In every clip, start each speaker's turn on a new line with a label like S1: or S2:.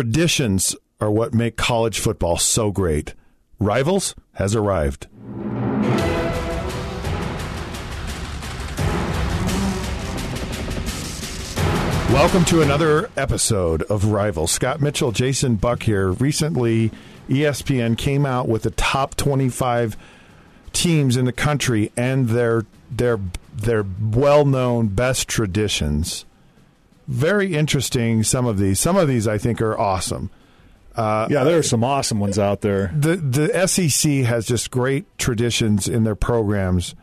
S1: Traditions are what make college football so great. Rivals has arrived. Welcome to another episode of Rivals. Scott Mitchell, Jason Buck here. Recently, E ESPN came out with the top 25 teams in the country and their their their well-known best traditions. Very interesting some of these. Some of these I think are awesome.
S2: yeah, there are some awesome ones out there.
S1: the the SEC has just great traditions in their programs.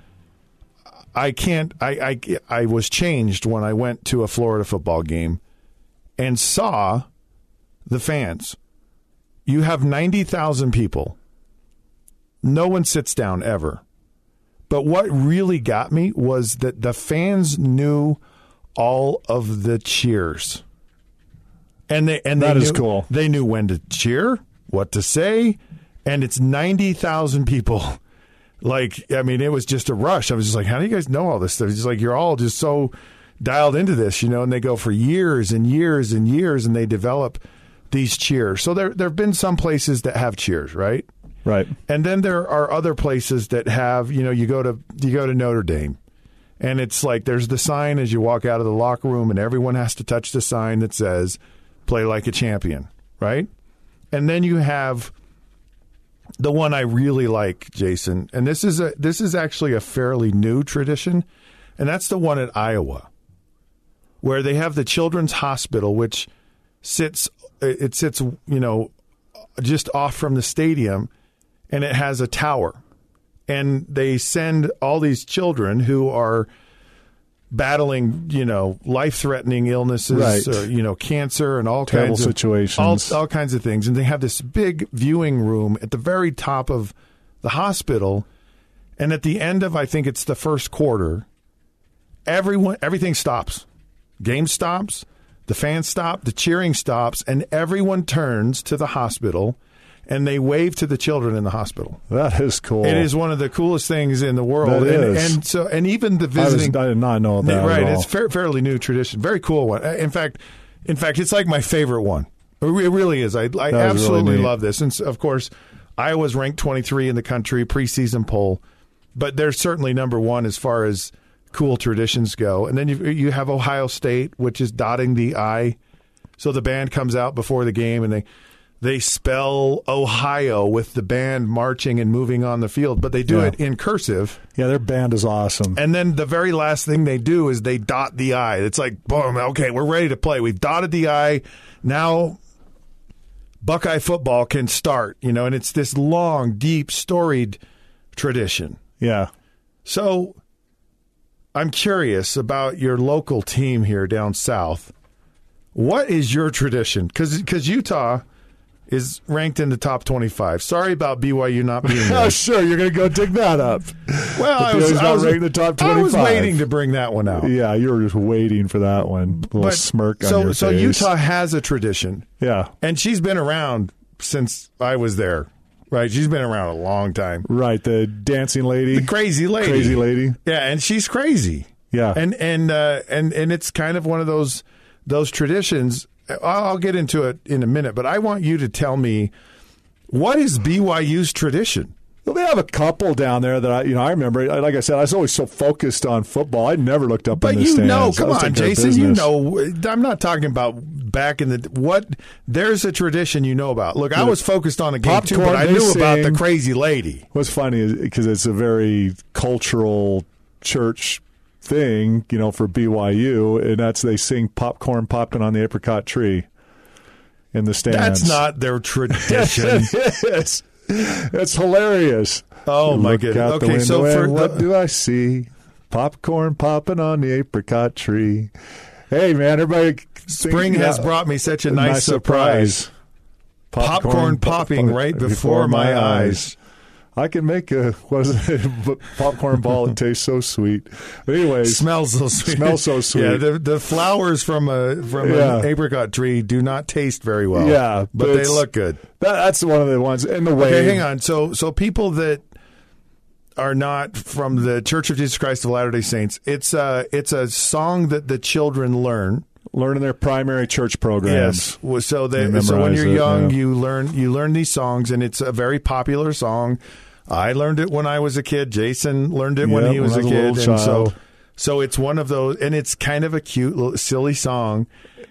S1: I can't. I I I was changed when I went to a Florida football game and saw the fans. You have ninety thousand people. No one sits down ever. But what really got me was that the fans knew all of the cheers. And they and
S2: That
S1: they
S2: is
S1: knew-
S2: cool.
S1: They knew when to cheer, what to say, and it's ninety thousand people. Like I mean, it was just a rush. I was just like, "How do you guys know all this stuff?" It's just like you're all just so dialed into this, you know. And they go for years and years and years, and they develop these cheers. So there there have been some places that have cheers, right?
S2: Right.
S1: And then there are other places that have, you know, you go to you go to Notre Dame and it's like there's the sign as you walk out of the locker room and everyone has to touch the sign that says play like a champion, right? And then you have the one I really like, Jason. And this is a this is actually a fairly new tradition, and that's the one at Iowa where they have the children's hospital which sits it sits, you know, just off from the stadium and it has a tower. And they send all these children who are battling, you know, life threatening illnesses
S2: Right.
S1: or, you know, cancer and all
S2: Terrible
S1: kinds of
S2: situations.
S1: All, all kinds of things. And they have this big viewing room at the very top of the hospital. And at the end of, I think it's the first quarter, everyone, everything stops. Game stops, the fans stop, the cheering stops, and everyone turns to the hospital and they wave to the children in the hospital.
S2: That is cool.
S1: It is one of the coolest things in the world.
S2: Oh. That
S1: and,
S2: is.
S1: and so, and even the
S2: I, was,
S1: visiting,
S2: I did not know that. at
S1: right?
S2: all.
S1: It's fair, fairly new tradition. Very cool one. Uh, In fact, in fact, it's like my favorite one. It re- it really is. I, I
S2: really
S1: absolutely
S2: neat.
S1: love this. And s- of course, Iowa's ranked 23 in the country preseason poll, but they're certainly number one as far as cool traditions go. And then you you have Ohio State, which is dotting the i. So the band comes out before the game and they they spell Ohio with the band marching and moving on the field, but they do
S2: Yeah.
S1: it in cursive.
S2: yeah, their band is awesome.
S1: And then the very last thing they do is they dot the I. It's like, boom, okay, we're ready to play. We've dotted the I. Now Buckeye football can start, you know, and it's this long, deep, storied tradition.
S2: yeah.
S1: So I'm curious about your local team here down south. What is your tradition? Because Utah is ranked in the top 25. Sorry about BYU not being there.
S2: Oh, sure. You're going to go dig that up.
S1: well, I
S2: The
S1: was,
S2: Bears
S1: I
S2: not
S1: was-
S2: ranked in the top
S1: I was
S2: 25.
S1: waiting to bring that one out.
S2: Yeah, you were just waiting for that one. little
S1: But-
S2: smirk on
S1: so,
S2: your
S1: so
S2: face.
S1: Utah has a tradition,
S2: Yeah.
S1: and she's been around since I was there, right? She's been around a long time.
S2: Right. The dancing lady.
S1: Crazy lady,
S2: Crazy lady.
S1: yeah, and she's crazy,
S2: Yeah.
S1: and and uh, and and it's kind of one of those those traditions. I'll I'll get into it in a minute, but I want you to tell me what is BYU's tradition.
S2: Well, they have a couple down there that I, you know, I remember. I- Like I said, I was always so focused on football. I never looked up.
S1: But
S2: in the
S1: you know,
S2: stands. I
S1: come
S2: was
S1: on,
S2: taking care of
S1: Jason, you
S2: business.
S1: know, I'm not talking about back in the what. There's a tradition you know about. Look, I was focused on the game too,
S2: Popcorn,
S1: but I
S2: they
S1: knew about the
S2: sing.
S1: crazy lady.
S2: What's funny is because it's a very cultural church thing, you know, for BYU, and that's they sing popcorn popping on the apricot tree in the stands.
S1: That's not their tradition.
S2: Yes. It's hilarious.
S1: Oh, my
S2: Look
S1: goodness.
S2: Out
S1: Okay,
S2: the
S1: so
S2: window
S1: for
S2: and
S1: the-
S2: what do I see? Popcorn popping on the apricot tree. Hey man, everybody!
S1: Spring has brought me such a nice, surprise. Popcorn popping
S2: pop-
S1: right before my eyes.
S2: I can make a what is it, b- popcorn ball. It tastes so sweet. But anyways,
S1: Smells so sweet.
S2: Smells so sweet.
S1: Yeah, the, the flowers from a from
S2: Yeah.
S1: an apricot tree do not taste very well.
S2: Yeah, but
S1: but they
S2: it's-
S1: look good.
S2: that, that's one of the ones. And the way,
S1: Okay, hang on. So so people that are not uh, from the Church of Jesus Christ of Latter-day Saints, it's a it's a song that the children learn
S2: learning their primary church programs.
S1: Yes. Well, So that
S2: You
S1: so when
S2: memorize
S1: you're
S2: it,
S1: young,
S2: yeah.
S1: you learn you learn these songs, and it's a very popular song. I learned it when I was a kid. Jason learned it when
S2: Yeah,
S1: he was,
S2: when I was
S1: a
S2: a
S1: kid,
S2: little
S1: and so
S2: child.
S1: so it's one of those, and it's kind of a cute, little, silly song.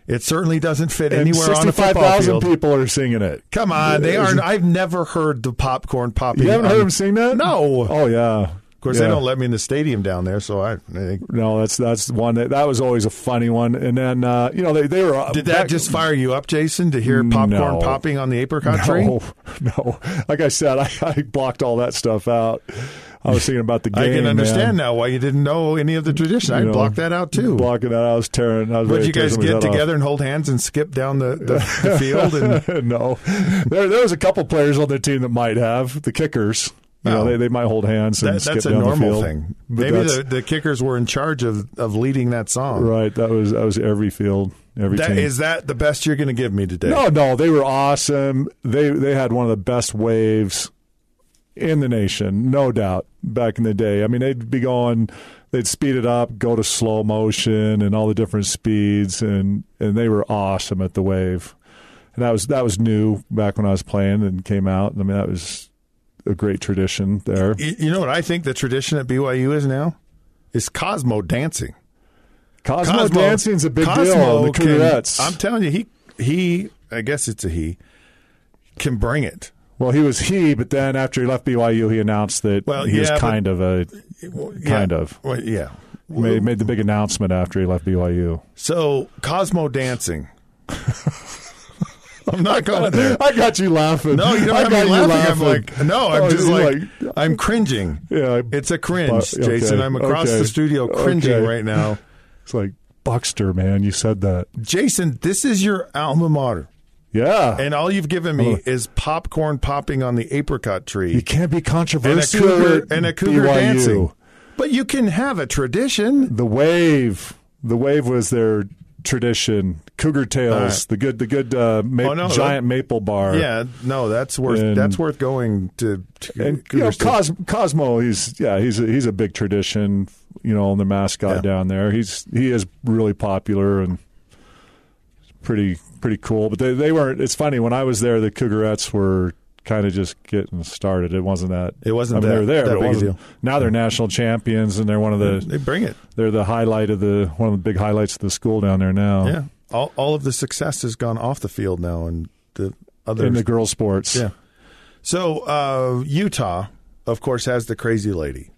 S1: It certainly doesn't fit
S2: And
S1: anywhere on a football
S2: 65,000
S1: field.
S2: people are singing it.
S1: Come on, they aren't. I've never heard the popcorn popping.
S2: You haven't heard
S1: on-
S2: them sing that?
S1: No.
S2: Oh yeah.
S1: Of course,
S2: Yeah.
S1: they don't let me in the stadium down there, so I. I think,
S2: No, that's that's one that that was always a funny one. And then uh, you know they they were
S1: did that just fire you up, Jason, to hear popcorn
S2: No.
S1: popping on the apricot tree?
S2: no, no. Like I said, I, I blocked all that stuff out. I was thinking about the game.
S1: I can understand
S2: man.
S1: now why you didn't know any of the tradition. I
S2: You know,
S1: blocked that out too.
S2: Blocking that, I was tearing. I was
S1: But
S2: ready
S1: you
S2: to tear
S1: guys
S2: somebody's
S1: get
S2: head off.
S1: together and hold hands and skip down the, the, the field and
S2: no, there there was a couple players on their team that might have the kickers. You
S1: Oh.
S2: know, they, they might hold hands and
S1: that,
S2: skip
S1: that's a
S2: down the
S1: normal
S2: field.
S1: thing.
S2: But
S1: Maybe
S2: that's-
S1: the, the kickers were in charge of, of leading that song.
S2: right. That was that was every field, every
S1: That
S2: team.
S1: is that the best you're going to give me today?
S2: No, no, they were awesome. They they had one of the best waves in the nation, no doubt. Back in the day, I mean, they'd be going, they'd speed it up, go to slow motion, and all the different speeds, and and they were awesome at the wave. And that was that was new back when I was playing and came out. I mean, that was a great tradition there.
S1: You, you know what I think the tradition at BYU is now is Cosmo dancing.
S2: Cosmo, dancing's a big deal. on The
S1: can-
S2: Cougarettes.
S1: I'm telling you, he he. I guess it's a he. Can bring it.
S2: well, he was he, but then after he left BYU, he announced that
S1: Well,
S2: he was
S1: yeah, but-
S2: kind of a
S1: Well, yeah.
S2: kind of.
S1: Well, yeah.
S2: made, made the big announcement after he left BYU.
S1: So Cosmo dancing. I'm not going there.
S2: I got you laughing.
S1: No, you don't
S2: I
S1: have
S2: got
S1: me
S2: you
S1: laughing. I'm like, no, I'm
S2: Oh,
S1: just
S2: you're
S1: like, I'm cringing.
S2: yeah,
S1: It's a cringe,
S2: Uh, okay,
S1: Jason. I'm across
S2: okay,
S1: the studio cringing
S2: okay.
S1: right now.
S2: it's like Buckster, man. You said that.
S1: Jason, this is your alma mater,
S2: Yeah,
S1: and all you've given me is popcorn popping on the apricot tree
S2: you can't be
S1: and a
S2: controversial.
S1: cougar
S2: at
S1: and a cougar
S2: BYU.
S1: dancing. But you can have a tradition.
S2: The wave, the wave was their tradition. Cougar tails,
S1: All right.
S2: the good, the good uh, ma-
S1: Oh, no,
S2: giant maple bar.
S1: Yeah, no, that's worth
S2: And-
S1: that's worth going to. to
S2: And you know,
S1: Cougar State.
S2: Cos- Cosmo, he's yeah, he's a, he's a big tradition, you know, on the mascot
S1: Yeah.
S2: down there. He's he is really popular and pretty pretty cool. But they, they weren't. It's funny when I was there, the Cougarettes were kind of just getting started. It wasn't that.
S1: It wasn't
S2: I mean,
S1: that-
S2: they were there,
S1: that
S2: but it
S1: big a
S2: wasn't-
S1: deal.
S2: Now they're national champions, and they're one of the
S1: they bring it.
S2: they're the highlight of the one of the big highlights of the school down there now.
S1: Yeah. All, all of the success has gone off the field now and the other
S2: in the girls' sports.
S1: Yeah. So uh, Utah, of course, has the crazy lady.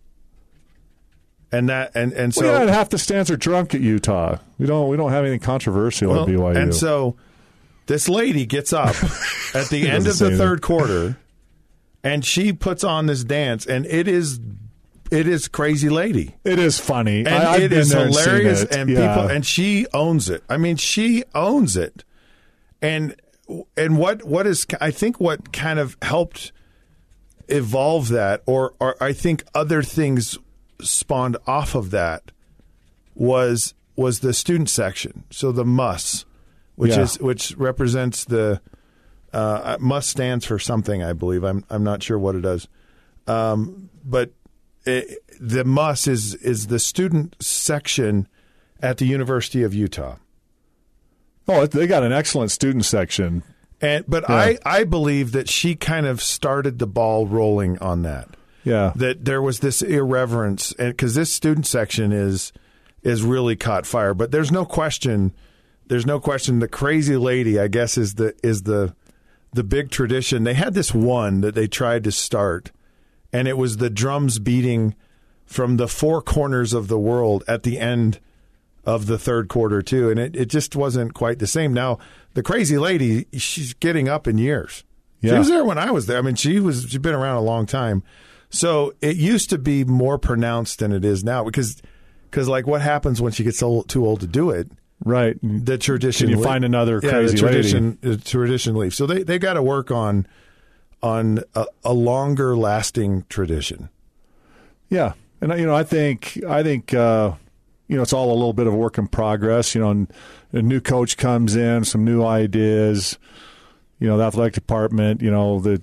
S1: And that and, and so
S2: Well, yeah, and half the stands are drunk at Utah. We don't we don't have anything controversial
S1: well,
S2: at BYU.
S1: and so this lady gets up at the end
S2: doesn't
S1: of
S2: say
S1: the
S2: anything.
S1: third quarter and she puts on this dance and it is it is crazy lady.
S2: It is funny.
S1: And
S2: I, I've
S1: it
S2: been
S1: is
S2: there and seen
S1: hilarious
S2: it.
S1: and
S2: Yeah.
S1: people and she owns it i mean she owns it and and what what is i think what kind of helped evolve that or, or i think other things spawned off of that was was the student section so the mus which
S2: Yeah.
S1: is which represents the uh, must stands for something i believe i'm i'm not sure what it does Um, but it, the MUS is is the student section at the University of Utah.
S2: oh, they got an excellent student section.
S1: And but I I believe that she kind of started the ball rolling on that.
S2: Yeah.
S1: That there was this irreverence and cuz this student section is is really caught fire, but there's no question there's no question the crazy lady I guess is the is the the big tradition. They had this one that they tried to start and it was the drums beating from the four corners of the world at the end of the third quarter too and it, it just wasn't quite the same now the crazy lady she's getting up in years she
S2: Yeah.
S1: was there when i was there i mean she was she's been around a long time so it used to be more pronounced than it is now because because like what happens when she gets old, too old to do it
S2: right.
S1: the tradition.
S2: Can you find another crazy
S1: the tradition, lady? tradition leaves. So they they got to work on on a, a longer lasting tradition.
S2: Yeah. And you know, I think I think uh, you know it's all a little bit of a work in progress. You know, and a new coach comes in, some new ideas. You know, the athletic department. You know, the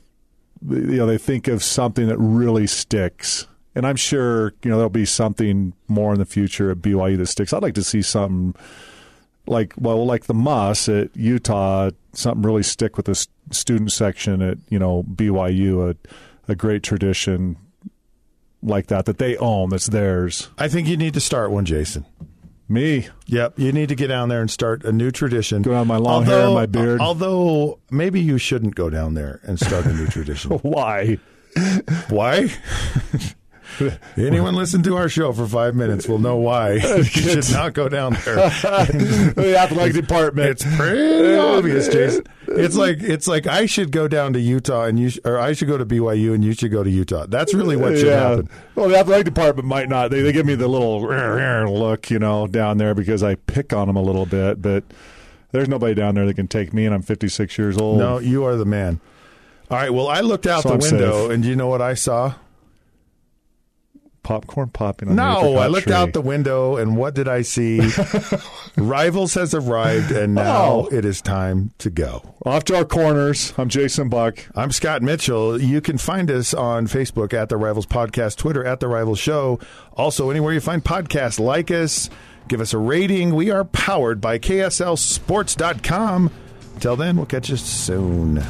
S2: you know they think of something that really sticks. And I'm sure you know there'll be something more in the future at BYU that sticks. I'd like to see something like well like the Moss at Utah, something really stick with the s- student section at you know BYU, a, a great tradition like that that they own that's theirs.
S1: I think you need to start one, Jason.
S2: Me,
S1: Yep, you need to get down there and start a new tradition.
S2: Go down my long hair and my beard.
S1: Although maybe you shouldn't go down there and start a new tradition.
S2: why?
S1: why? Anyone listen to our show for five minutes will know why you should not go down there.
S2: the athletic department.
S1: It's pretty obvious, Jason. It's like it's like I should go down to Utah and you sh- or I should go to BYU and you should go to Utah. That's really what should happen.
S2: Well, the athletic department might not. They, they give me the little look, you know, down there because I pick on them a little bit, but there's nobody down there that can take me, and I'm 56 years old.
S1: No, you are the man. All right. Well, I looked out
S2: So
S1: the
S2: I'm
S1: window,
S2: safe.
S1: and you know what I saw?
S2: Popcorn popping on the
S1: No,
S2: apricot
S1: I looked
S2: tree.
S1: out the window, and what did I see? Rivals has arrived, and now
S2: Oh.
S1: it is time to go.
S2: Off to our corners. I'm Jason Buck.
S1: I'm Scott Mitchell. You can find us on Facebook at The Rivals Podcast, Twitter at The Rivals Show. Also, anywhere you find podcasts, like us, give us a rating. We are powered by KSLSports.com. Till then, we'll catch you soon.